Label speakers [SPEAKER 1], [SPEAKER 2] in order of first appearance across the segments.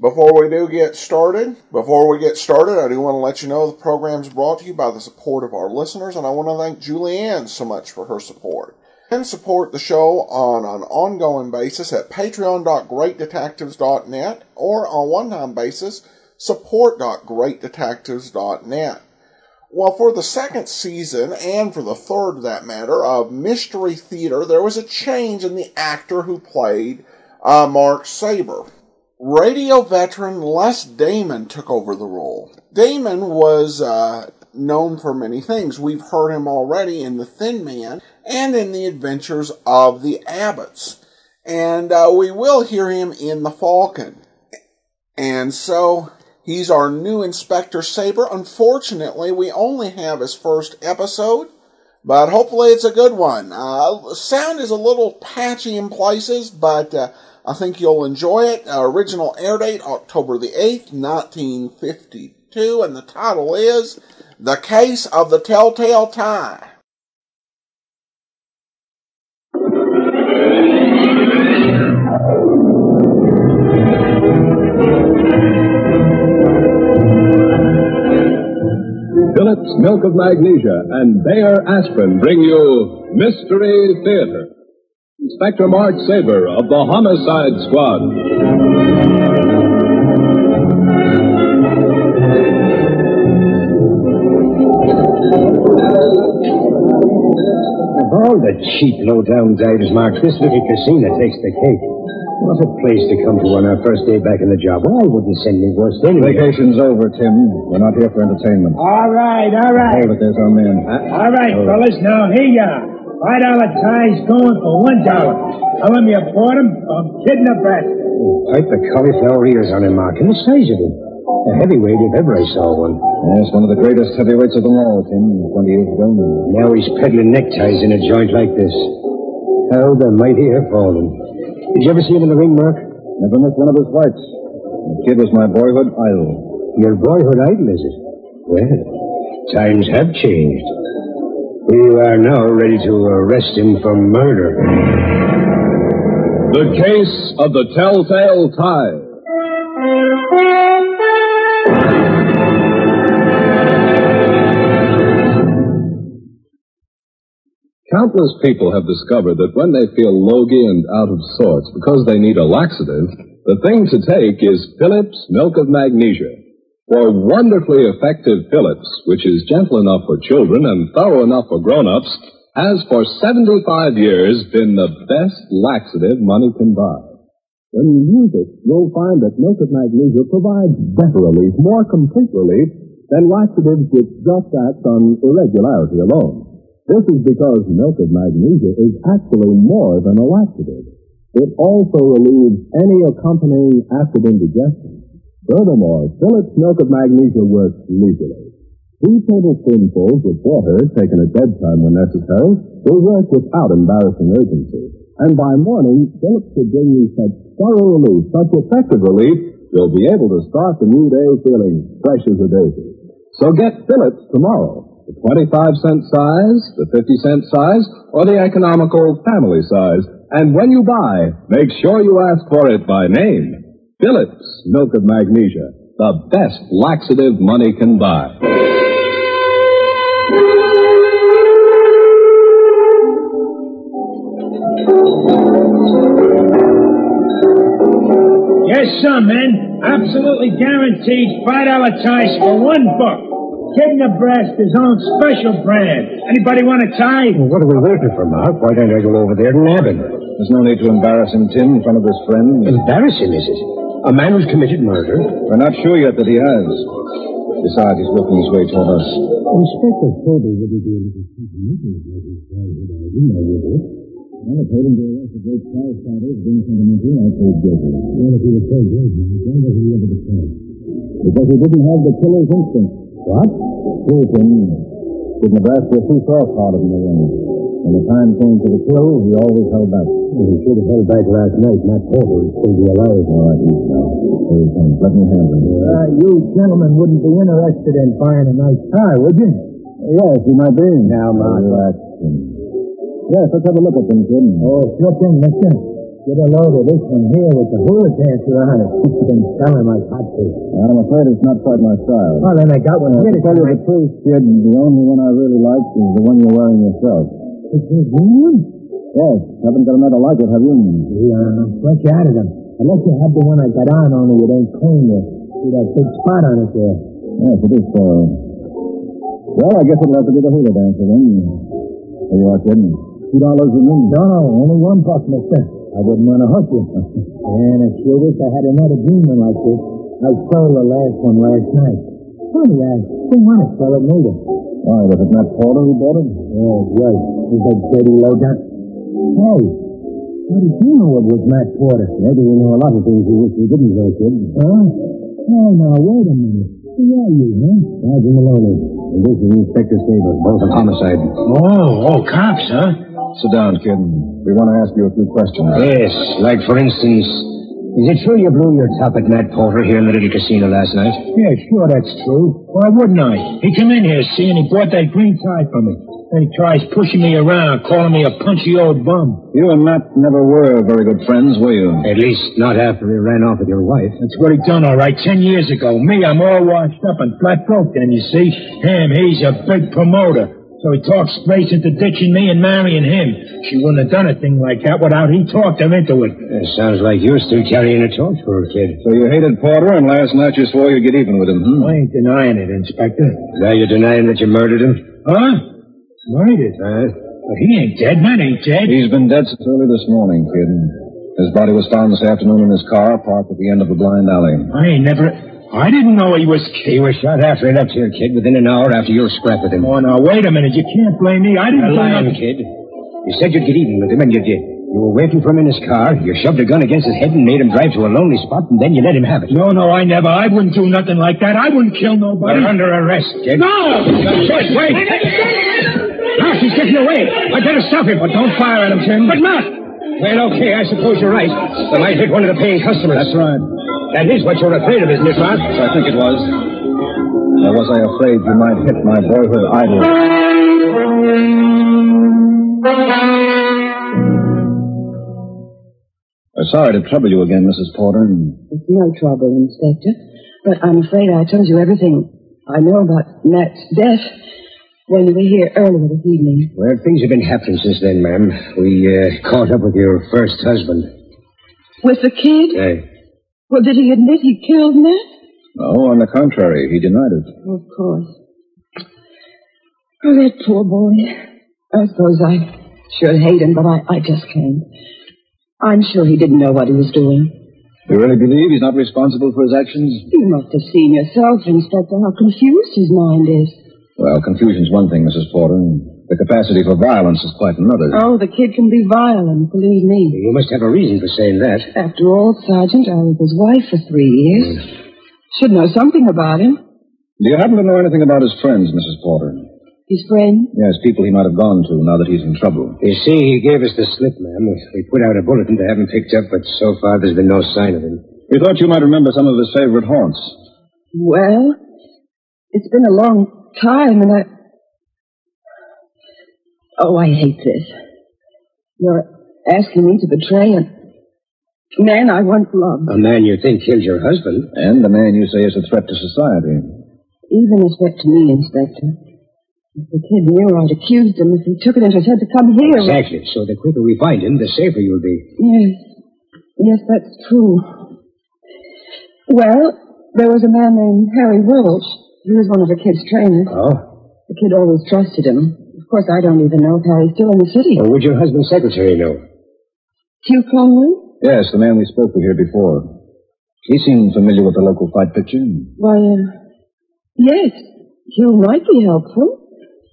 [SPEAKER 1] Before we do get started, before we get started, I do want to let you know the program's brought to you by the support of our listeners, and I want to thank Julianne so much for her support. And support the show on an ongoing basis at patreon.greatdetectives.net or on a one-time basis, support.greatdetectives.net. Well, for the second season, and for the third of that matter, of Mystery Theater, there was a change in the actor who played uh, Mark Saber. Radio veteran Les Damon took over the role. Damon was uh, known for many things. We've heard him already in The Thin Man and in The Adventures of the Abbots. And uh, we will hear him in The Falcon. And so he's our new Inspector Saber. Unfortunately, we only have his first episode, but hopefully it's a good one. Uh, sound is a little patchy in places, but uh, I think you'll enjoy it. Uh, original air date October the 8th, 1952, and the title is The Case of the Telltale Tie.
[SPEAKER 2] Phillips Milk of Magnesia and Bayer Aspirin bring you Mystery Theater. Inspector Mark Saber of the Homicide Squad.
[SPEAKER 3] Of all the cheap, low-down dives, Mark, this little casino takes the cake. What a place to come to on our first day back in the job. Well, I wouldn't send me worse than
[SPEAKER 2] Vacation's over, Tim. We're not here for entertainment.
[SPEAKER 4] All right, all right. Uh,
[SPEAKER 2] Hold it, there's our man. Oh,
[SPEAKER 4] All right,
[SPEAKER 3] Oh.
[SPEAKER 4] fellas, now here you are. Five dollar ties going for one dollar. Tell him you bought him from Kidnap Bastard.
[SPEAKER 3] Pipe the cauliflower ears on him, Mark, and the size of him. A heavyweight if ever I saw one.
[SPEAKER 2] Yes, one of the greatest heavyweights of them all, Tim. 20 years ago.
[SPEAKER 3] Now he's peddling neckties in a joint like this. How the mighty have fallen. Did you ever see him in the ring, Mark?
[SPEAKER 2] Never missed one of his fights. The kid was my boyhood idol.
[SPEAKER 3] Your boyhood idol, is it? Well, times have changed. You are now ready to arrest him for murder.
[SPEAKER 2] The Case of the Telltale Tie. Countless people have discovered that when they feel logy and out of sorts because they need a laxative, the thing to take is Phillips Milk of Magnesia. For wonderfully effective Phillips, which is gentle enough for children and thorough enough for grown-ups, has for 75 years been the best laxative money can buy. When you use it, you'll find that milk of magnesia provides better relief, more complete relief, than laxatives which just act on irregularity alone. This is because milk of magnesia is actually more than a laxative. It also relieves any accompanying acid indigestion. Furthermore, Phillips milk of magnesia works legally. Two tablespoonfuls of water taken at bedtime when necessary will work without embarrassing urgency. And by morning, Phillips should bring you such thorough relief, such effective relief, you'll be able to start the new day feeling fresh as a daisy. So get Phillips tomorrow. The 25 cent size, the 50 cent size, or the economical family size. And when you buy, make sure you ask for it by name. Phillips Milk of Magnesia, the best laxative money can buy.
[SPEAKER 4] Yes, sir, men. Absolutely guaranteed five dollar ties for one buck. Kidnap Bastard's own special brand. Anybody want a tie?
[SPEAKER 3] What are we waiting for, Mark? Why don't I go over there and nab him?
[SPEAKER 2] There's no need to embarrass him, Tim, in front of his friends.
[SPEAKER 3] Embarrass him, is it? A man who's committed murder?
[SPEAKER 2] We're not sure yet that he has. Besides, he's working his way toward us.
[SPEAKER 3] Inspector Kirby wouldn't be able to keep him in
[SPEAKER 2] Well, according to us, the great star starter is being sentimental, I told Gilbert.
[SPEAKER 3] if he was so great, why wasn't he able to tell?
[SPEAKER 2] Because he didn't have the killer's instinct.
[SPEAKER 3] What?
[SPEAKER 2] Poor thing.
[SPEAKER 5] With Nebraska, he saw part of him alone. When the time came for the kill, he always held back.
[SPEAKER 3] He should have held back last night, not over. He's still be alive.
[SPEAKER 5] All right, he's now. Here he comes. Let me handle him.
[SPEAKER 6] Uh, you gentlemen wouldn't be interested in buying a nice car, would you?
[SPEAKER 5] Yes, he might be.
[SPEAKER 3] Now, Mark.
[SPEAKER 5] Relax. Yes, let's have a look at them, kid.
[SPEAKER 6] Oh, slip in, mister. Get a load of this one here with the hula dancer on it. It's been selling like hotcakes.
[SPEAKER 5] I'm afraid it's not quite my style.
[SPEAKER 6] Well, then I got one.
[SPEAKER 5] Uh,
[SPEAKER 6] Get
[SPEAKER 5] to
[SPEAKER 6] it,
[SPEAKER 5] tell you
[SPEAKER 6] Mike.
[SPEAKER 5] the truth, kid, the only one I really like is the one you're wearing yourself.
[SPEAKER 6] It's his union?
[SPEAKER 5] Yes, haven't got another like it, have you?
[SPEAKER 6] Yeah, fresh out of them. Unless you have the one I got on, only it ain't clean yet. See that big spot on it there?
[SPEAKER 5] Yes, it is so. uh, Well, I guess it'll have to be the hula dancer then. Here you are, kid. Two dollars a minute.
[SPEAKER 6] No, no, only one buck, mister. I wouldn't want to hook you. and I sure wish I had another demon like this. I sold the last one last night. Funny, I didn't want to sell it neither.
[SPEAKER 5] Why, was it not Porter who bought it?
[SPEAKER 6] Yeah, it was. He's a dirty lowdown. Hey, what did you know it was Matt Porter? Maybe you know a lot of things you wish you didn't know, kid. Huh? No, no, wait a minute. Who are you, huh? Roger Maloney. And this is Inspector Saber.
[SPEAKER 3] Both of homicide.
[SPEAKER 4] Oh, oh, cops, huh?
[SPEAKER 5] Sit down, kid. We want to ask you a few questions.
[SPEAKER 3] Yes, like for instance, is it true you blew your top at Matt Porter here in the little casino last night?
[SPEAKER 4] Yeah, sure, that's true. Why wouldn't I? He come in here, see, and he bought that green tie for me. And he tries pushing me around, calling me a punchy old bum.
[SPEAKER 5] You and Matt never were very good friends, were you?
[SPEAKER 3] At least not after he ran off with your wife.
[SPEAKER 4] That's what he done, all right, ten years ago. Me, I'm all washed up and flat broke then, you see. Him, he's a big promoter. So he talked Grace into ditching me and marrying him. She wouldn't have done a thing like that without he talked her into it.
[SPEAKER 3] Uh, sounds like you're still carrying a torch for a kid.
[SPEAKER 5] So you hated Porter, and last night you swore you'd get even with him, hmm?
[SPEAKER 4] I ain't denying it, Inspector.
[SPEAKER 3] Now you're denying that you murdered him?
[SPEAKER 4] Huh? Murdered.
[SPEAKER 3] Huh?
[SPEAKER 4] But he ain't dead. Matt ain't dead.
[SPEAKER 5] He's been dead since early this morning, kid. His body was found this afternoon in his car parked at the end of a blind alley.
[SPEAKER 4] I ain't never. I didn't know he was
[SPEAKER 3] He
[SPEAKER 4] killed.
[SPEAKER 3] was shot halfway up here, kid, within an hour after your scrap with him.
[SPEAKER 4] Oh, now, wait a minute. You can't blame me. I
[SPEAKER 3] You're
[SPEAKER 4] didn't
[SPEAKER 3] lying,
[SPEAKER 4] blame him.
[SPEAKER 3] kid. You said you'd get even with him, and you did. You were waiting for him in his car. You shoved a gun against his head and made him drive to a lonely spot, and then you let him have it.
[SPEAKER 4] No, no, I never. I wouldn't do nothing like that. I wouldn't kill nobody.
[SPEAKER 3] You're under arrest, kid.
[SPEAKER 4] No! Wait, wait.
[SPEAKER 3] Ah,
[SPEAKER 4] Now she's getting away. I better stop him. But don't fire at him, Tim. But not.
[SPEAKER 3] Well, okay, I suppose you're right. I might hit one of the paying customers. That's right. That is what you're afraid of, isn't it, Rod?
[SPEAKER 5] I think it was. Or was I afraid you might hit my boyhood idol? Uh, sorry to trouble you again, Mrs. Porter.
[SPEAKER 7] It's no trouble, Inspector. But I'm afraid I told you everything I know about Matt's death when we were here earlier this evening.
[SPEAKER 3] Well, things have been happening since then, ma'am. We uh, caught up with your first husband.
[SPEAKER 7] With the kid?
[SPEAKER 3] Hey.
[SPEAKER 7] Well, did he admit he killed Matt?
[SPEAKER 5] No, on the contrary, he denied it.
[SPEAKER 7] Of course. Oh, that poor boy. I suppose I should hate him, but I, I just can't. I'm sure he didn't know what he was doing.
[SPEAKER 5] You really believe he's not responsible for his actions?
[SPEAKER 7] You must have seen yourself, Inspector, how confused his mind is.
[SPEAKER 5] Well, confusion's one thing, Mrs. Porter. The capacity for violence is quite another.
[SPEAKER 7] Oh, the kid can be violent, believe me.
[SPEAKER 3] You must have a reason for saying that.
[SPEAKER 7] After all, Sergeant, I was his wife for three years. Should know something about him.
[SPEAKER 5] Do you happen to know anything about his friends, Mrs. Porter?
[SPEAKER 7] His friend.
[SPEAKER 5] Yes, people he might have gone to now that he's in trouble.
[SPEAKER 3] You see, he gave us the slip, ma'am. We put out a bulletin to have him picked up, but so far there's been no sign of him.
[SPEAKER 5] We thought you might remember some of his favorite haunts.
[SPEAKER 7] Well, it's been a long time, and I. Oh, I hate this. You're asking me to betray a man I once loved.
[SPEAKER 3] A man you think killed your husband?
[SPEAKER 5] And the man you say is a threat to society.
[SPEAKER 7] Even as threat to me, Inspector. If the kid knew I'd accused him, if he took it into his head to come here.
[SPEAKER 3] Exactly. So the quicker we find him, the safer you'll be.
[SPEAKER 7] Yes. Yes, that's true. Well, there was a man named Harry Welch. He was one of the kid's trainers.
[SPEAKER 3] Oh?
[SPEAKER 7] The kid always trusted him. Of course, I don't even know if Harry's still in the city.
[SPEAKER 3] Or would your husband's secretary know?
[SPEAKER 7] Hugh Conway?
[SPEAKER 5] Yes, the man we spoke to here before. He seemed familiar with the local fight picture.
[SPEAKER 7] Why, uh, yes. Hugh might be helpful.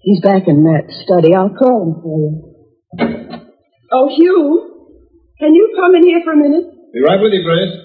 [SPEAKER 7] He's back in Matt's study. I'll call him for you. Oh, Hugh, can you come in here for a minute?
[SPEAKER 5] Be right with you, Grace.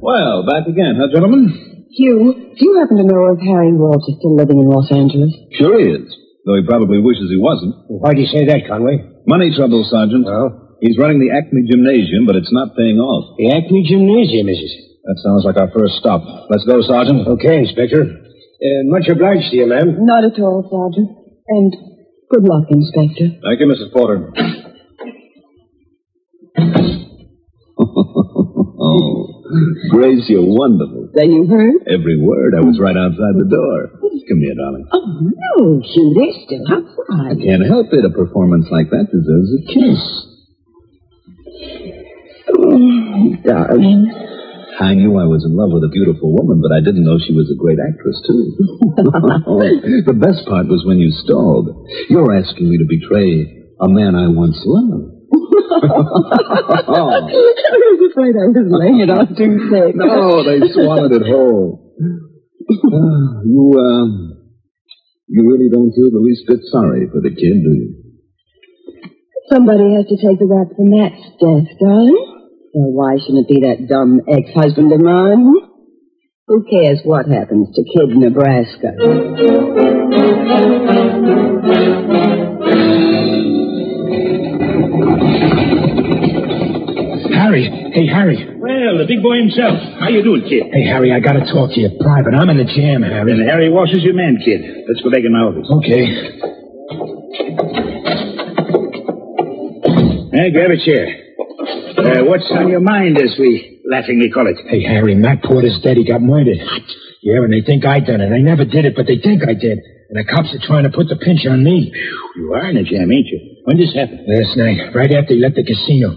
[SPEAKER 5] Well, back again, huh, gentlemen?
[SPEAKER 7] Hugh, do you happen to know if Harry Walsh is still living in Los Angeles?
[SPEAKER 5] Sure he is, though he probably wishes he wasn't.
[SPEAKER 8] Why'd you say that, Conway?
[SPEAKER 5] Money trouble, Sergeant.
[SPEAKER 8] Well?
[SPEAKER 5] He's running the Acme Gymnasium, but it's not paying off.
[SPEAKER 8] The Acme Gymnasium, is it?
[SPEAKER 5] That sounds like our first stop. Let's go, Sergeant.
[SPEAKER 8] Okay, Inspector. Uh, much obliged to you, ma'am.
[SPEAKER 7] Not at all, Sergeant. And good luck, Inspector.
[SPEAKER 5] Thank you, Mrs. Porter. oh, Grace, you're wonderful.
[SPEAKER 7] Then you heard?
[SPEAKER 5] Every word. I was right outside the door. Come here, darling.
[SPEAKER 7] Oh, no, Hugh, they're still outside.
[SPEAKER 5] Can't help it. A performance like that deserves a kiss.
[SPEAKER 7] Oh,
[SPEAKER 5] Mm,
[SPEAKER 7] darling.
[SPEAKER 5] I knew I was in love with a beautiful woman, but I didn't know she was a great actress, too. the best part was when you stalled. You're asking me to betray a man I once loved.
[SPEAKER 7] I was afraid I was laying it on too thick.
[SPEAKER 5] No, they swallowed it whole. Ah, you, um, you really don't feel the least bit sorry for the kid, do you?
[SPEAKER 7] Somebody has to take the rap for Matt's death, darling. So why shouldn't it be that dumb ex-husband of mine? Who cares what happens to Kid Nebraska?
[SPEAKER 4] Harry, hey, Harry.
[SPEAKER 3] Well, the big boy himself. How you doing, kid?
[SPEAKER 4] Hey, Harry, I gotta talk to you private. I'm in a jam,
[SPEAKER 3] And
[SPEAKER 4] Harry.
[SPEAKER 3] Harry Walsh is your man, kid. Let's go back in my office.
[SPEAKER 4] Okay.
[SPEAKER 3] Hey, grab a chair. Uh, what's on your mind, as we laughingly call it?
[SPEAKER 4] Hey, Harry, Matt Porter's dead. He got murdered. What? Yeah, and they think I done it. I never did it, but they think I did. And the cops are trying to put the pinch on me.
[SPEAKER 3] You are in a jam, ain't you? When did this happen?
[SPEAKER 4] Last night, right after he left the casino.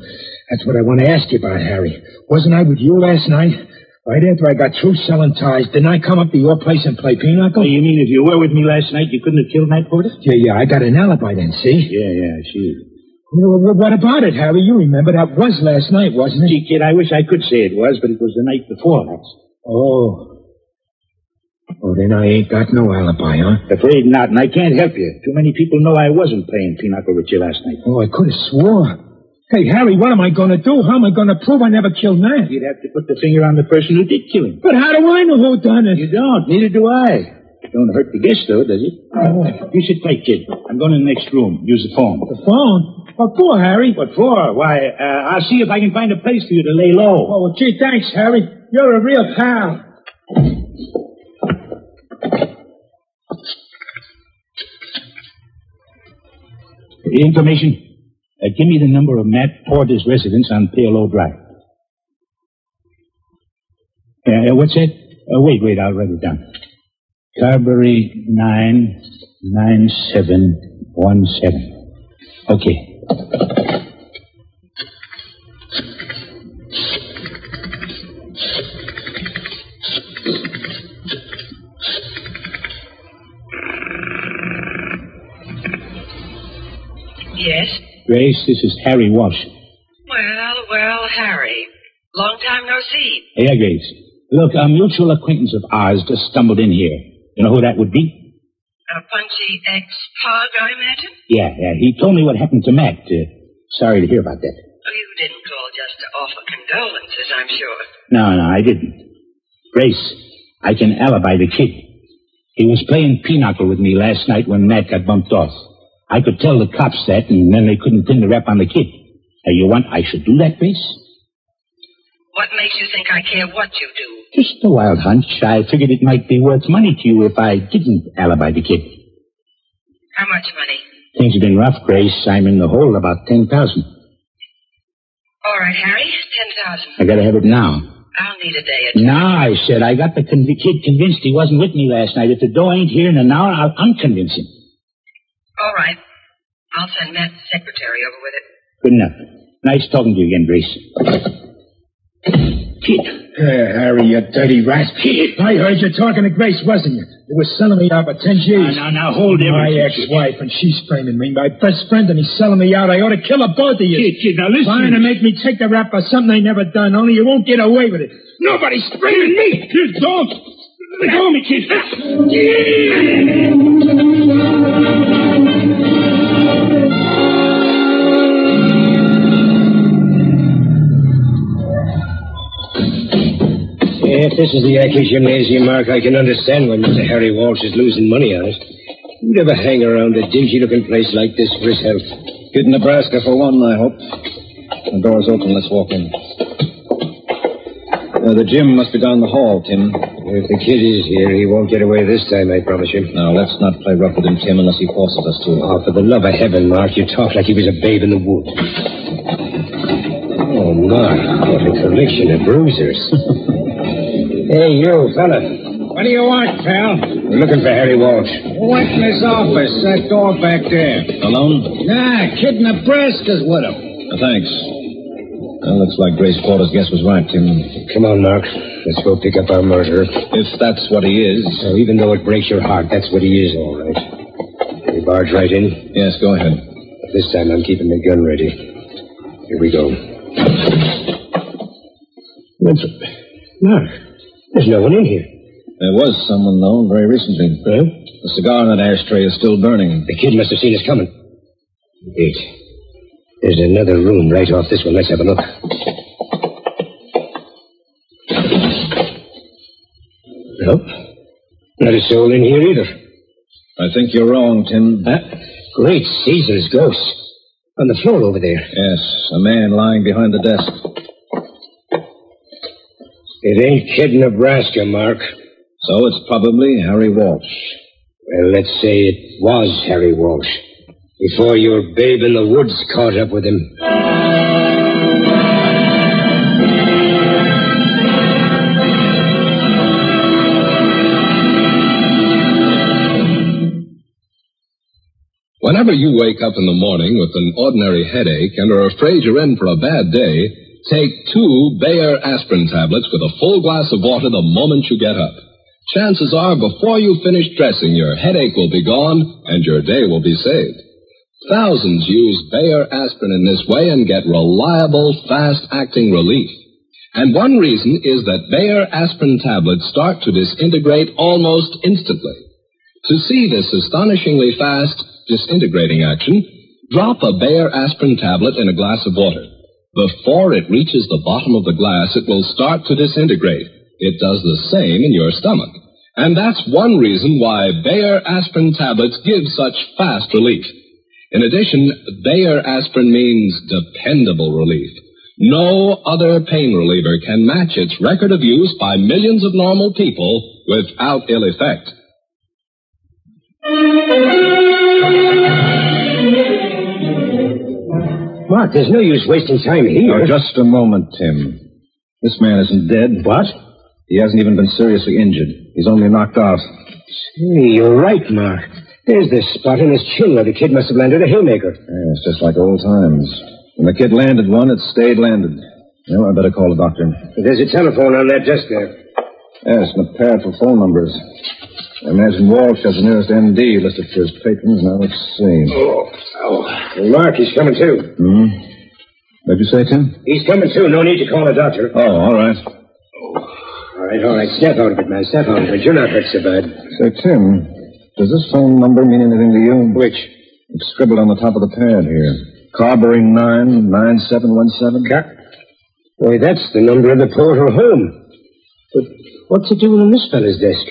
[SPEAKER 4] That's what I want to ask you about, Harry. Wasn't I with you last night? Right after I got through selling ties, didn't I come up to your place and play pinochle?
[SPEAKER 3] Oh, you mean if you were with me last night, you couldn't have killed Matt Porter?
[SPEAKER 4] Yeah, yeah, I got an alibi then, see?
[SPEAKER 3] Yeah, yeah, she.
[SPEAKER 4] Well, well, What about it, Harry? You remember that was last night, wasn't it?
[SPEAKER 3] Gee, kid, I wish I could say it was, but it was the night before last.
[SPEAKER 4] Oh. Oh, then I ain't got no alibi, huh?
[SPEAKER 3] Afraid not, and I can't help you. Too many people know I wasn't playing pinochle with you last night.
[SPEAKER 4] Oh, I could have swore. Hey, Harry, what am I going to do? How am I going to prove I never killed Nat?
[SPEAKER 3] You'd have to put the finger on the person who did kill him.
[SPEAKER 4] But how do I know who done it?
[SPEAKER 3] You don't. Neither do I. Don't hurt the guess, though, does it?
[SPEAKER 4] Oh.
[SPEAKER 3] You should play, kid. I'm going to the next room. Use the phone.
[SPEAKER 4] The phone? What for, Harry?
[SPEAKER 3] What for? Why, uh, I'll see if I can find a place for you to lay low.
[SPEAKER 4] Oh, well, gee, thanks, Harry. You're a real pal.
[SPEAKER 3] Information. Uh, give me the number of Matt Porter's residence on PLO Drive. Uh, uh, what's that? Uh, wait, wait, I'll write it down. Carberry 99717. Okay.
[SPEAKER 9] Yes.
[SPEAKER 3] Grace, this is Harry Walsh.
[SPEAKER 9] Well, well, Harry. Long time no see.
[SPEAKER 3] Hey, Grace. Look, a mutual acquaintance of ours just stumbled in here. You know who that would be?
[SPEAKER 9] A punchy ex-pug, I imagine?
[SPEAKER 3] Yeah, yeah. He told me what happened to Matt. Uh, sorry to hear about that.
[SPEAKER 9] Oh, you didn't call just to offer condolences, I'm sure.
[SPEAKER 3] No, no, I didn't. Grace, I can alibi the kid. He was playing pinochle with me last night when Matt got bumped off. I could tell the cops that, and then they couldn't pin the rap on the kid. Now, you want I should do that, Grace?
[SPEAKER 9] What makes you think I care what you do?
[SPEAKER 3] Just a wild hunch. I figured it might be worth money to you if I didn't alibi the kid.
[SPEAKER 9] How much money?
[SPEAKER 3] Things have been rough, Grace. I'm in the hole about ten thousand.
[SPEAKER 9] All right, Harry, ten thousand.
[SPEAKER 3] I gotta have it now.
[SPEAKER 9] I'll need a day or two.
[SPEAKER 3] No, I said, I got the con- kid convinced he wasn't with me last night. If the dough ain't here in an hour, I'll unconvince him.
[SPEAKER 9] All right. I'll send Matt's secretary over with it.
[SPEAKER 3] Good enough. Nice talking to you again, Grace. Kid,
[SPEAKER 4] Yeah, Harry, you dirty rat. I heard you talking to Grace, wasn't you? You were selling me out for ten years.
[SPEAKER 3] Now, now, now, hold
[SPEAKER 4] My
[SPEAKER 3] everything.
[SPEAKER 4] ex-wife, and she's framing me. My best friend, and he's selling me out. I ought to kill the both of you.
[SPEAKER 3] kid, kid, now
[SPEAKER 4] Trying to
[SPEAKER 3] listen.
[SPEAKER 4] make me take the rap for something I never done, only you won't get away with it. Nobody's framing me. You don't.
[SPEAKER 3] Let go of me, kid. Yes, this is the Ackley Gymnasium, Mark, I can understand why Mr. Harry Walsh is losing money on it. Who'd ever hang around a dingy-looking place like this for his health?
[SPEAKER 5] Good Nebraska for one, I hope. The door's open. Let's walk in. Uh, the gym must be down the hall, Tim.
[SPEAKER 3] If the kid is here, he won't get away this time, I promise you.
[SPEAKER 5] Now, let's not play rough with him, Tim, unless he forces us to.
[SPEAKER 3] Oh, for the love of heaven, Mark, you talk like he was a babe in the wood. Oh, Mark, what a collection of bruisers. hey, you, fella. What do you want, pal? We're looking for Harry Walsh. What's in his office? That door back there.
[SPEAKER 5] Alone?
[SPEAKER 3] Nah, Kid Nebraska's with him.
[SPEAKER 5] Uh, thanks. Well, looks like Grace Porter's guess was right, Tim.
[SPEAKER 3] Come on, Mark. Let's go pick up our murderer.
[SPEAKER 5] If that's what he is.
[SPEAKER 3] So even though it breaks your heart, that's what he is, all right. Can we barge right in?
[SPEAKER 5] Yes, go ahead.
[SPEAKER 3] But this time I'm keeping the gun ready. Here we go. That's... Mark, there's no one in here.
[SPEAKER 5] There was someone, though, very recently.
[SPEAKER 3] Huh?
[SPEAKER 5] The cigar in that ashtray is still burning.
[SPEAKER 3] The kid must have seen us coming. Wait. There's another room right off this one. Let's have a look. Nope. Not a soul in here either.
[SPEAKER 5] I think you're wrong, Tim.
[SPEAKER 3] Huh? Great Caesar's ghost. On the floor over there.
[SPEAKER 5] Yes, a man lying behind the desk.
[SPEAKER 3] It ain't Kid Nebraska, Mark.
[SPEAKER 5] So it's probably Harry Walsh.
[SPEAKER 3] Well, let's say it was Harry Walsh. Before your babe in the woods caught up with him.
[SPEAKER 10] Whenever you wake up in the morning with an ordinary headache and are afraid you're in for a bad day, take two Bayer aspirin tablets with a full glass of water the moment you get up. Chances are, before you finish dressing, your headache will be gone and your day will be saved. Thousands use Bayer aspirin in this way and get reliable, fast acting relief. And one reason is that Bayer aspirin tablets start to disintegrate almost instantly. To see this astonishingly fast disintegrating action, drop a Bayer aspirin tablet in a glass of water. Before it reaches the bottom of the glass, it will start to disintegrate. It does the same in your stomach. And that's one reason why Bayer aspirin tablets give such fast relief. In addition, Bayer aspirin means dependable relief. No other pain reliever can match its record of use by millions of normal people without ill effect.
[SPEAKER 3] Mark, there's no use wasting time here.
[SPEAKER 5] Now, just a moment, Tim. This man isn't dead.
[SPEAKER 3] What?
[SPEAKER 5] He hasn't even been seriously injured. He's only knocked out.
[SPEAKER 3] Hey, you're right, Mark. There's this spot in his chin where the kid must have landed a haymaker.
[SPEAKER 5] Yeah, it's just like old times. When the kid landed one, it stayed landed. You know, I better call the doctor.
[SPEAKER 3] There's a telephone on that desk there.
[SPEAKER 5] Yes, and a pad for phone numbers. I imagine Walsh has the nearest MD listed for his patrons. Now, let's see.
[SPEAKER 3] Oh, oh. Mark, he's coming too.
[SPEAKER 5] Hmm? What'd you say, Tim?
[SPEAKER 3] He's coming too. No need to call a doctor.
[SPEAKER 5] Oh, all right.
[SPEAKER 3] All right, all right. Snap out of it, man. Snap out of it. You're not hurt so bad.
[SPEAKER 5] Say, Tim, does this phone number mean anything to you?
[SPEAKER 3] Which?
[SPEAKER 5] It's scribbled on the top of the pad here. Carberry 99717.
[SPEAKER 3] Cut. Why, that's the number of the porter home. But what's it doing on this fellow's desk?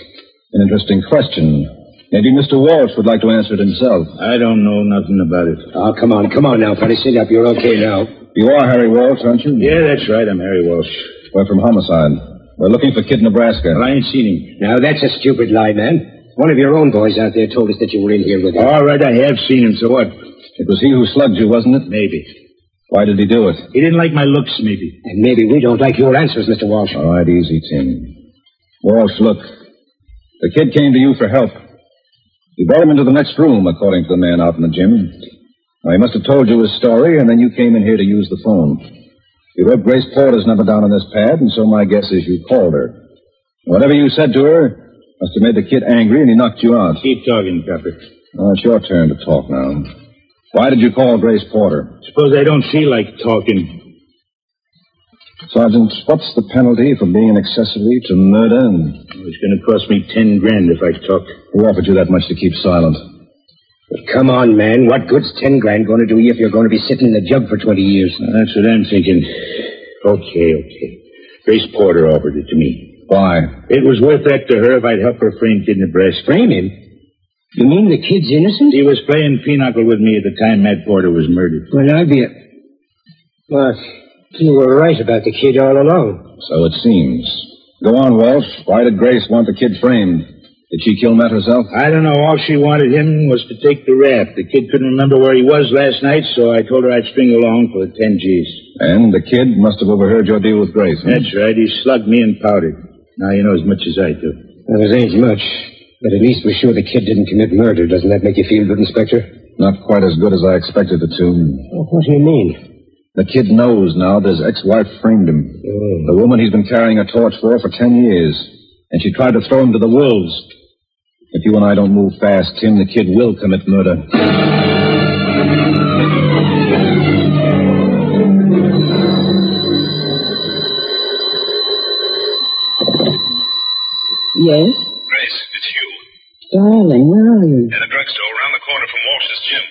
[SPEAKER 5] An interesting question. Maybe Mr. Walsh would like to answer it himself.
[SPEAKER 11] I don't know nothing about it.
[SPEAKER 3] Oh, come on, come on now, Fatty. Sit up. You're okay now.
[SPEAKER 5] You are Harry Walsh, aren't you?
[SPEAKER 11] Yeah, that's right. I'm Harry Walsh.
[SPEAKER 5] We're from Homicide. We're looking for Kid Nebraska.
[SPEAKER 11] Well, I ain't seen him.
[SPEAKER 3] Now, that's a stupid lie, man. One of your own boys out there told us that you were in here with him.
[SPEAKER 11] All right, I have seen him, so what?
[SPEAKER 5] It was he who slugged you, wasn't it?
[SPEAKER 11] Maybe.
[SPEAKER 5] Why did he do it?
[SPEAKER 11] He didn't like my looks, maybe.
[SPEAKER 3] And maybe we don't like your answers, Mr. Walsh.
[SPEAKER 5] All right, easy, Tim. Walsh, look. The kid came to you for help. You brought him into the next room, according to the man out in the gym. Now, he must have told you his story, and then you came in here to use the phone. You wrote Grace Porter's number down on this pad, and so my guess is you called her. Whatever you said to her must have made the kid angry, and he knocked you out.
[SPEAKER 11] Keep talking, Pepper.
[SPEAKER 5] Well, it's your turn to talk now. Why did you call Grace Porter?
[SPEAKER 11] Suppose I don't feel like talking.
[SPEAKER 5] Sergeant, what's the penalty for being an accessory to murder? And...
[SPEAKER 11] Oh, It's going to cost me ten grand if I talk.
[SPEAKER 5] Who offered you that much to keep silent?
[SPEAKER 3] But come on, man. What good's ten grand going to do you if you're going to be sitting in the jug for 20 years?
[SPEAKER 11] That's what I'm thinking. Okay, okay. Grace Porter offered it to me.
[SPEAKER 5] Why?
[SPEAKER 11] It was worth that to her if I'd help her frame Kid Nebraska. Frame him? You mean the kid's innocent? He was playing pinochle with me at the time Matt Porter was murdered.
[SPEAKER 12] Well, I'd be a... Well, you were right about the kid all along.
[SPEAKER 5] So it seems. Go on, Walsh. Why did Grace want the kid framed? Did she kill Matt herself?
[SPEAKER 11] I don't know. All she wanted him was to take the rap. The kid couldn't remember where he was last night, so I told her I'd string along for 10 G's.
[SPEAKER 5] And the kid must have overheard your deal with Grace. huh?
[SPEAKER 11] That's right. He slugged me and powdered. Now you know as much as I do.
[SPEAKER 12] Well, it ain't much. But at least we're sure the kid didn't commit murder. Doesn't that make you feel good, Inspector?
[SPEAKER 5] Not quite as good as I expected it to.
[SPEAKER 12] what do you mean?
[SPEAKER 5] The kid knows now that his ex-wife framed him.
[SPEAKER 12] Oh.
[SPEAKER 5] The woman he's been carrying a torch for for ten years. And she tried to throw him to the wolves. If you and I don't move fast, Tim, the kid will commit murder.
[SPEAKER 7] Yes?
[SPEAKER 13] Grace, it's Hugh.
[SPEAKER 7] Darling, where are you?
[SPEAKER 13] In the drugstore around the corner from Walsh's gym.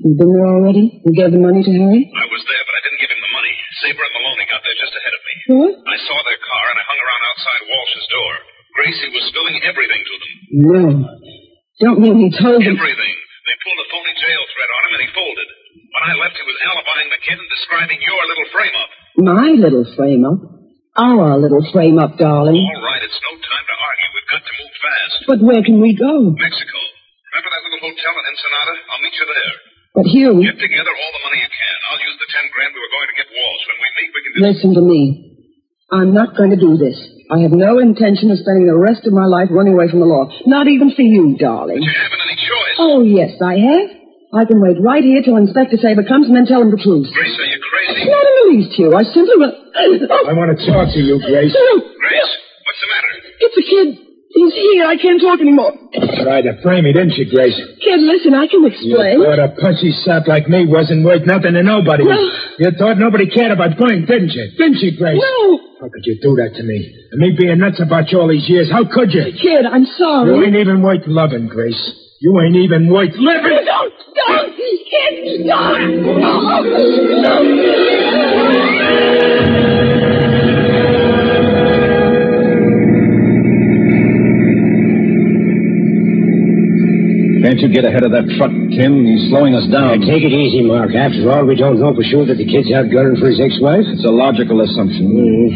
[SPEAKER 7] You've been there already? You gave the money to Harry?
[SPEAKER 13] I was there, but I didn't give him the money. Saber and Maloney got there just ahead of me.
[SPEAKER 7] What?
[SPEAKER 13] I saw their car and I hung around outside Walsh's door. Gracie was spilling everything to them.
[SPEAKER 7] No. Don't mean he told him.
[SPEAKER 13] Everything. They pulled a phony jail threat on him and he folded. When I left, he was alibiing the kid and describing your little frame up.
[SPEAKER 7] My little frame up. Our little frame up, darling.
[SPEAKER 13] All right, it's no time to argue. We've got to move fast.
[SPEAKER 7] But where can we go?
[SPEAKER 13] Mexico. Remember that little hotel in Ensenada? I'll meet you there.
[SPEAKER 7] But Hugh,
[SPEAKER 13] Get together all the money you can. I'll use the ten grand we were going to get Walsh. When we meet, we can do
[SPEAKER 7] listen to me. I'm not going to do this. I have no intention of spending the rest of my life running away from the law. Not even for you, darling.
[SPEAKER 13] You haven't any choice.
[SPEAKER 7] Oh, yes, I have. I can wait right here till Inspector Saber comes and then tell him the truth.
[SPEAKER 13] Grace, are you crazy?
[SPEAKER 7] Not in the least, Hugh. I simply will.
[SPEAKER 4] I want to talk to you, Grace.
[SPEAKER 13] Grace, what's the matter?
[SPEAKER 7] It's a kid. He's here. I can't talk anymore.
[SPEAKER 4] Tried to frame me, didn't you, Grace?
[SPEAKER 7] Kid, listen, I can explain.
[SPEAKER 4] You thought a punchy sap like me wasn't worth nothing to nobody. You thought nobody cared about Frank, didn't you? Didn't you, Grace?
[SPEAKER 7] No.
[SPEAKER 4] How could you do that to me? And me being nuts about you all these years, how could you?
[SPEAKER 7] Kid, I'm sorry.
[SPEAKER 4] You ain't even worth loving, Grace. You ain't even worth living.
[SPEAKER 7] Don't, don't, kid, stop.
[SPEAKER 5] Can't you get ahead of that truck, Tim? He's slowing us down.
[SPEAKER 12] Take it easy, Mark. After all, we don't know for sure that the kid's out gunning for his ex-wife.
[SPEAKER 5] It's a logical assumption.
[SPEAKER 3] Mm.
[SPEAKER 12] Hmm.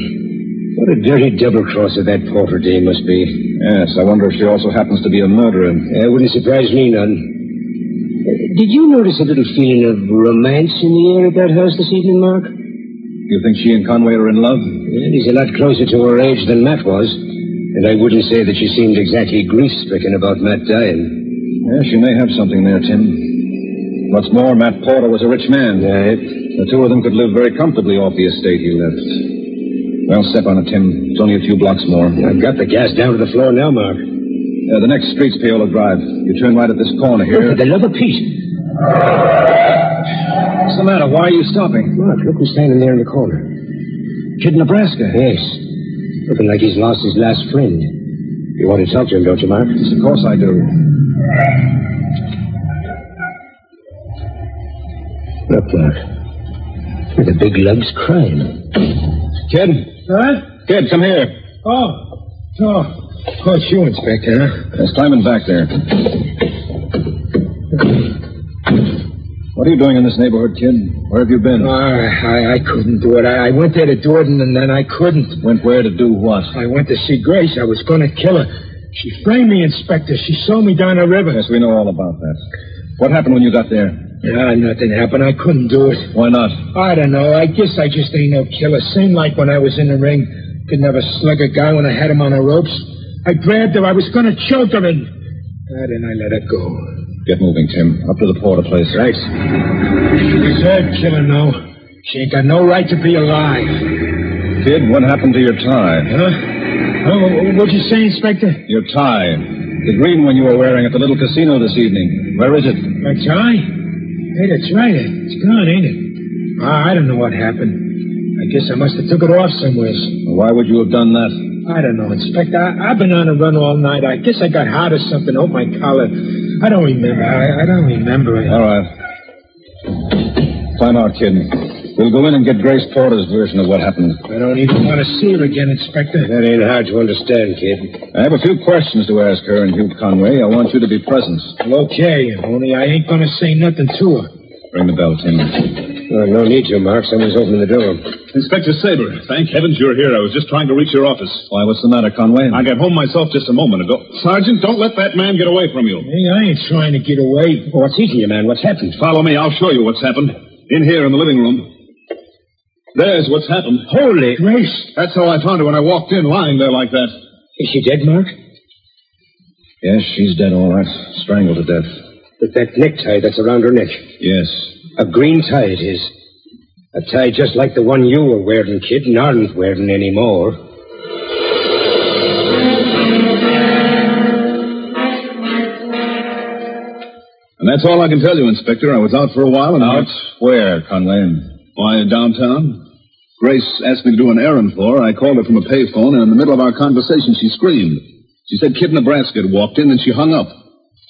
[SPEAKER 12] What a dirty double-crosser that Porter dame must be.
[SPEAKER 5] Yes, I wonder if she also happens to be a murderer.
[SPEAKER 12] It Uh, wouldn't surprise me none. Uh, Did you notice a little feeling of romance in the air at that house this evening, Mark?
[SPEAKER 5] You think she and Conway are in love?
[SPEAKER 12] Well, he's a lot closer to her age than Matt was. And I wouldn't say that she seemed exactly grief-stricken about Matt dying.
[SPEAKER 5] Yeah, she may have something there, Tim. What's more, Matt Porter was a rich man. The two of them could live very comfortably off the estate he left. Well, step on it, Tim. It's only a few blocks more.
[SPEAKER 12] I've got the gas down to the floor now, Mark.
[SPEAKER 5] Uh, the next street's Paola Drive. You turn right at this corner here.
[SPEAKER 12] Look at another piece.
[SPEAKER 5] What's the matter? Why are you stopping?
[SPEAKER 12] Mark, look who's standing there in the corner.
[SPEAKER 5] Kid Nebraska.
[SPEAKER 12] Yes. Looking like he's lost his last friend. You want to talk to him, don't you, Mark?
[SPEAKER 5] Yes, of course I do.
[SPEAKER 12] Look, Mark. The big lug's crying.
[SPEAKER 5] Kid?
[SPEAKER 4] Huh?
[SPEAKER 5] Kid, come here.
[SPEAKER 4] Oh. Oh. Of course, you, Inspector, huh?
[SPEAKER 5] Yes, climbing back there. What are you doing in this neighborhood, kid? Where have you been?
[SPEAKER 4] Oh, I, I couldn't do it. I, I went there to do it, and, then I couldn't.
[SPEAKER 5] Went where to do what?
[SPEAKER 4] I went to see Grace. I was going to kill her. She framed me, Inspector. She sold me down the river.
[SPEAKER 5] Yes, we know all about that. What happened when you got there?
[SPEAKER 4] Ah, nothing happened. I couldn't do it.
[SPEAKER 5] Why not?
[SPEAKER 4] I don't know. I guess I just ain't no killer. Same like when I was in the ring. Couldn't have a slug a guy when I had him on the ropes. I grabbed her. I was going to choke her, and ah, then I let her go.
[SPEAKER 5] Get moving, Tim. Up to the Porter place. Right.
[SPEAKER 4] She deserved killing, though. She ain't got no right to be alive.
[SPEAKER 5] Kid, what happened to your tie?
[SPEAKER 4] Huh? Oh, wh- what'd you say, Inspector?
[SPEAKER 5] Your tie. The green one you were wearing at the little casino this evening. Where is it?
[SPEAKER 4] My tie? Hey, that's right. It's gone, ain't it? Ah, I don't know what happened. I guess I must have took it off somewhere.
[SPEAKER 5] Why would you have done that?
[SPEAKER 4] I don't know, Inspector. I, I've been on a run all night. I guess I got hot or something. Oh, my collar. I don't remember. I, I don't remember it.
[SPEAKER 5] All right. Time out, kid. We'll We'll go in and get Grace Porter's version of what happened.
[SPEAKER 4] I don't even want to see her again, Inspector.
[SPEAKER 5] That ain't hard to understand, kid. I have a few questions to ask her and Hugh Conway. I want you to be present.
[SPEAKER 4] Okay, only I ain't gonna say nothing to her.
[SPEAKER 5] Ring the bell, Tim.
[SPEAKER 12] no need to, Mark. Someone's opened the door.
[SPEAKER 14] Inspector Saber, thank heavens you're here. I was just trying to reach your office.
[SPEAKER 5] Why, what's the matter, Conway?
[SPEAKER 14] I got home myself just a moment ago. Sergeant, don't let that man get away from you.
[SPEAKER 4] Hey, I ain't trying to get away.
[SPEAKER 12] Oh,
[SPEAKER 14] what's eating you, man? What's happened? Follow me. I'll show you what's happened. In here in the living room. There's what's happened. Holy grace. That's how I found her when I walked in, lying there like that. Is she dead, Mark?
[SPEAKER 5] Yes, she's dead, all right. Strangled to death.
[SPEAKER 12] With that necktie that's around her neck.
[SPEAKER 5] Yes.
[SPEAKER 12] A green tie it is. A tie just like the one you were wearing, kid, and aren't wearing anymore.
[SPEAKER 14] And that's all I can tell you, Inspector. I was out for a while and out. Where, Conway? Why, downtown. Grace asked me to do an errand for her. I called her from a payphone, and in the middle of our conversation, she screamed. She said Kid Nebraska had walked in, and she hung up.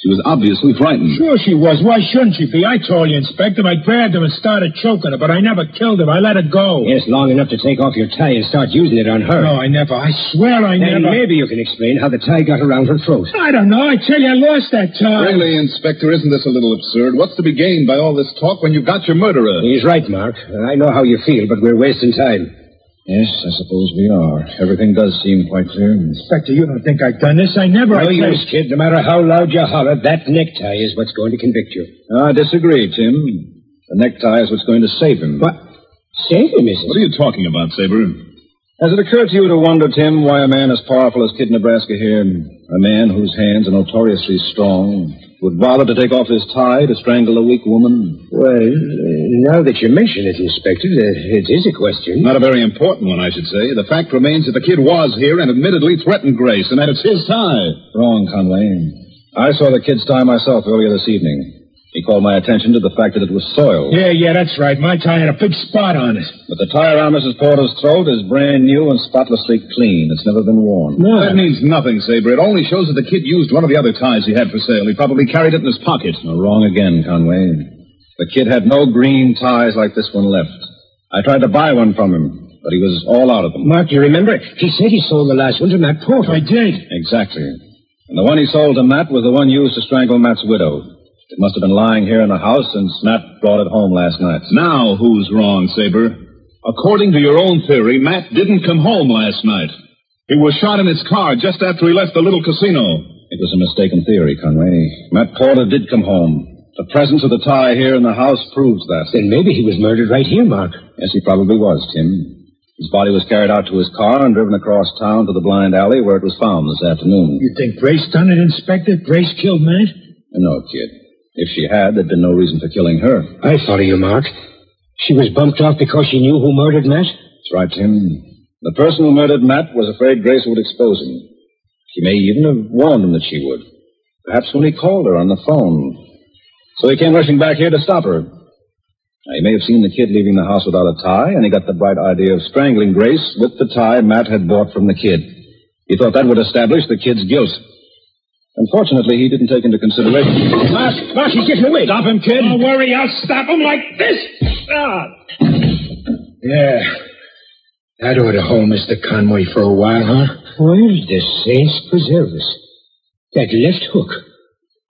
[SPEAKER 14] She was obviously frightened.
[SPEAKER 4] Sure she was. Why shouldn't she be? I told you, Inspector. I grabbed her and started choking her, but I never killed her. I let her go.
[SPEAKER 12] Yes, long enough to take off your tie and start using it on her.
[SPEAKER 4] No, I never. I swear I
[SPEAKER 12] Then
[SPEAKER 4] never.
[SPEAKER 12] maybe you can explain how the tie got around her throat.
[SPEAKER 4] I don't know. I tell you, I lost that tie.
[SPEAKER 14] Really, Inspector, isn't this a little absurd? What's to be gained by all this talk when you've got your murderer?
[SPEAKER 12] He's right, Mark. Uh, I know how you feel, but we're wasting time.
[SPEAKER 5] Yes, I suppose we are. Everything does seem quite clear.
[SPEAKER 4] Inspector, you don't think I've done this? I never. I
[SPEAKER 12] No
[SPEAKER 4] tell-
[SPEAKER 12] use, kid. No matter how loud you holler, that necktie is what's going to convict you.
[SPEAKER 5] I disagree, Tim. The necktie is what's going to save him. What?
[SPEAKER 12] Save him, is it?
[SPEAKER 14] What are you talking about, Saber?
[SPEAKER 5] Has it occurred to you to wonder, Tim, why a man as powerful as Kid Nebraska here, a man whose hands are notoriously strong, would bother to take off his tie to strangle a weak woman?
[SPEAKER 12] Well, now that you mention it, Inspector, it is a question.
[SPEAKER 4] Uh,
[SPEAKER 14] Not a very important one, I should say. The fact remains that the kid was here and admittedly threatened Grace, and that it's his tie.
[SPEAKER 5] Wrong, Conway. I saw the kid's tie myself earlier this evening. He called my attention to the fact that it was soiled.
[SPEAKER 4] Yeah, yeah, that's right. My tie had a big spot on it.
[SPEAKER 5] But the tie around Mrs. Porter's throat is brand new and spotlessly clean. It's never been worn.
[SPEAKER 14] That means nothing, Saber. It only shows that the kid used one of the other ties he had for sale. He probably carried it in his pocket.
[SPEAKER 5] No, wrong again, Conway. The kid had no green ties like this one left. I tried to buy one from him, but he was all out of them.
[SPEAKER 12] Mark, you remember? He said he sold the last one to Matt Porter. I
[SPEAKER 4] did.
[SPEAKER 5] Exactly. And the one he sold to Matt was the one used to strangle Matt's widow. It must have been lying here in the house since Matt brought it home last night.
[SPEAKER 14] Now, who's wrong, Saber? According to your own theory, Matt didn't come home last night. He was shot in his car just after he left the little casino.
[SPEAKER 5] It was a mistaken theory, Conway. Matt Porter did come home. The presence of the tie here in the house proves that.
[SPEAKER 12] Then maybe he was murdered right here, Mark.
[SPEAKER 5] Yes, he probably was, Tim. His body was carried out to his car and driven across town to the blind alley where it was found this afternoon.
[SPEAKER 4] You think Grace done it, Inspector? Grace killed Matt?
[SPEAKER 5] No, kid. If she had, there'd been no reason for killing her.
[SPEAKER 12] I follow you, Mark. She was bumped off because she knew who murdered Matt?
[SPEAKER 5] That's right, Tim. The person who murdered Matt was afraid Grace would expose him. She may even have warned him that she would. Perhaps when he called her on the phone. So he came rushing back here to stop her. Now, he may have seen the kid leaving the house without a tie, and he got the bright idea of strangling Grace with the tie Matt had bought from the kid. He thought that would establish the kid's guilt. Unfortunately, he didn't take into consideration.
[SPEAKER 4] Mark, Mark, he's getting away. Stop him, kid. Don't worry, I'll stop him like this. Ah. Yeah. That ought to hold Mr. Conway for a while, huh?
[SPEAKER 12] Well, the saints preserve us. That left hook.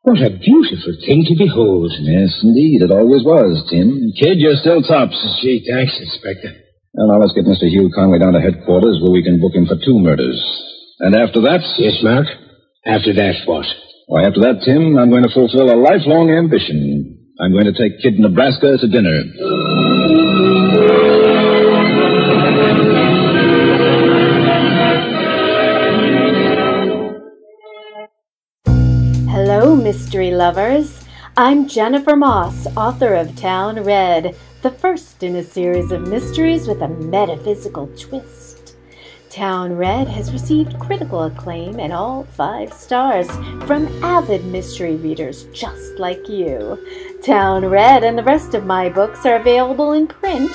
[SPEAKER 12] What a beautiful thing to behold.
[SPEAKER 5] Yes, indeed. It always was, Tim. Kid, you're still tops.
[SPEAKER 4] Gee, thanks, Inspector.
[SPEAKER 5] Well, now let's get Mr. Hugh Conway down to headquarters where we can book him for two murders. And after that?
[SPEAKER 12] Yes, Mark. After that, what?
[SPEAKER 5] Why, after that, Tim, I'm going to fulfill a lifelong ambition. I'm going to take Kid Nebraska to dinner.
[SPEAKER 15] Hello, mystery lovers. I'm Jennifer Moss, author of Town Red, the first in a series of mysteries with a metaphysical twist. Town Red has received critical acclaim and all five stars from avid mystery readers just like you. Town Red and the rest of my books are available in print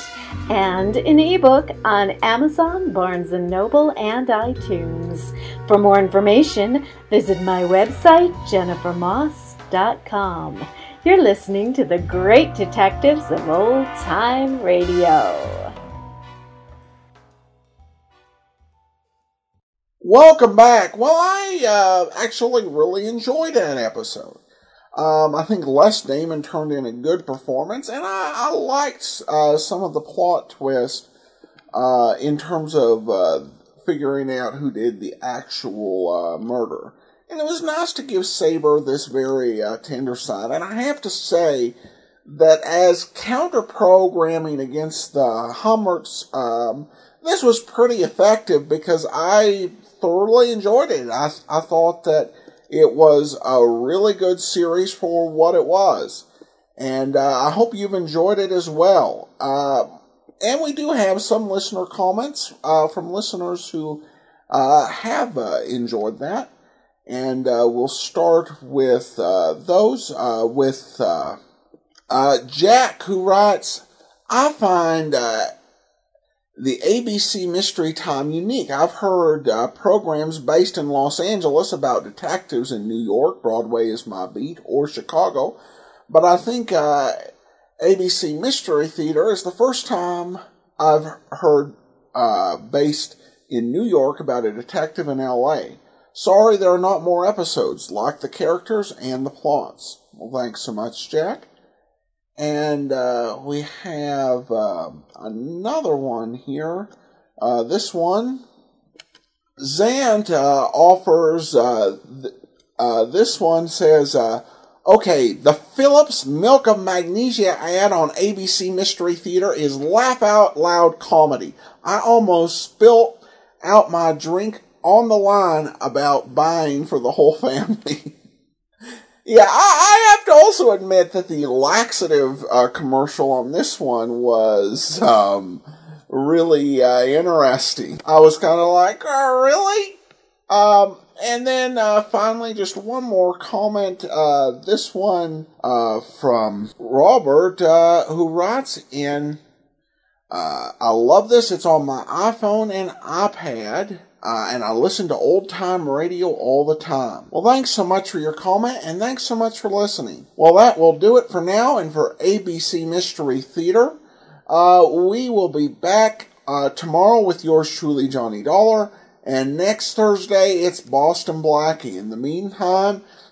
[SPEAKER 15] and in ebook on Amazon, Barnes & Noble, and iTunes. For more information, visit my website, jennifermoss.com. You're listening to the great detectives of old time radio.
[SPEAKER 1] Welcome back. Well, I uh, actually really enjoyed that episode. Um, I think Les Damon turned in a good performance, and I, I liked uh, some of the plot twists uh, in terms of uh, figuring out who did the actual uh, murder. And it was nice to give Saber this very uh, tender side. And I have to say that as counter programming against the Hummerts, um, this was pretty effective because I thoroughly enjoyed it. I, I thought that it was a really good series for what it was. And uh, I hope you've enjoyed it as well. Uh, and we do have some listener comments uh, from listeners who uh, have uh, enjoyed that. And uh, we'll start with uh, those uh, with uh, uh, Jack, who writes, I find uh, the ABC Mystery Time unique. I've heard uh, programs based in Los Angeles about detectives in New York, Broadway is my beat, or Chicago, but I think uh, ABC Mystery Theater is the first time I've heard uh, based in New York about a detective in LA. Sorry there are not more episodes, like the characters and the plots. Well, thanks so much, Jack. And uh, we have uh, another one here. Uh, this one, Zant uh, offers. Uh, th- uh, this one says, uh, "Okay, the Phillips Milk of Magnesia ad on ABC Mystery Theater is laugh out loud comedy. I almost spilt out my drink on the line about buying for the whole family." Yeah, I, I have to also admit that the laxative uh, commercial on this one was um, really uh, interesting. I was kind of like, oh, really? Um, and then uh, finally, just one more comment. Uh, this one uh, from Robert, uh, who writes in uh, I love this. It's on my iPhone and iPad, uh, and I listen to old time radio all the time. Well, thanks so much for your comment, and thanks so much for listening. Well, that will do it for now and for ABC Mystery Theater. Uh, we will be back uh, tomorrow with yours truly, Johnny Dollar, and next Thursday it's Boston Blackie. In the meantime,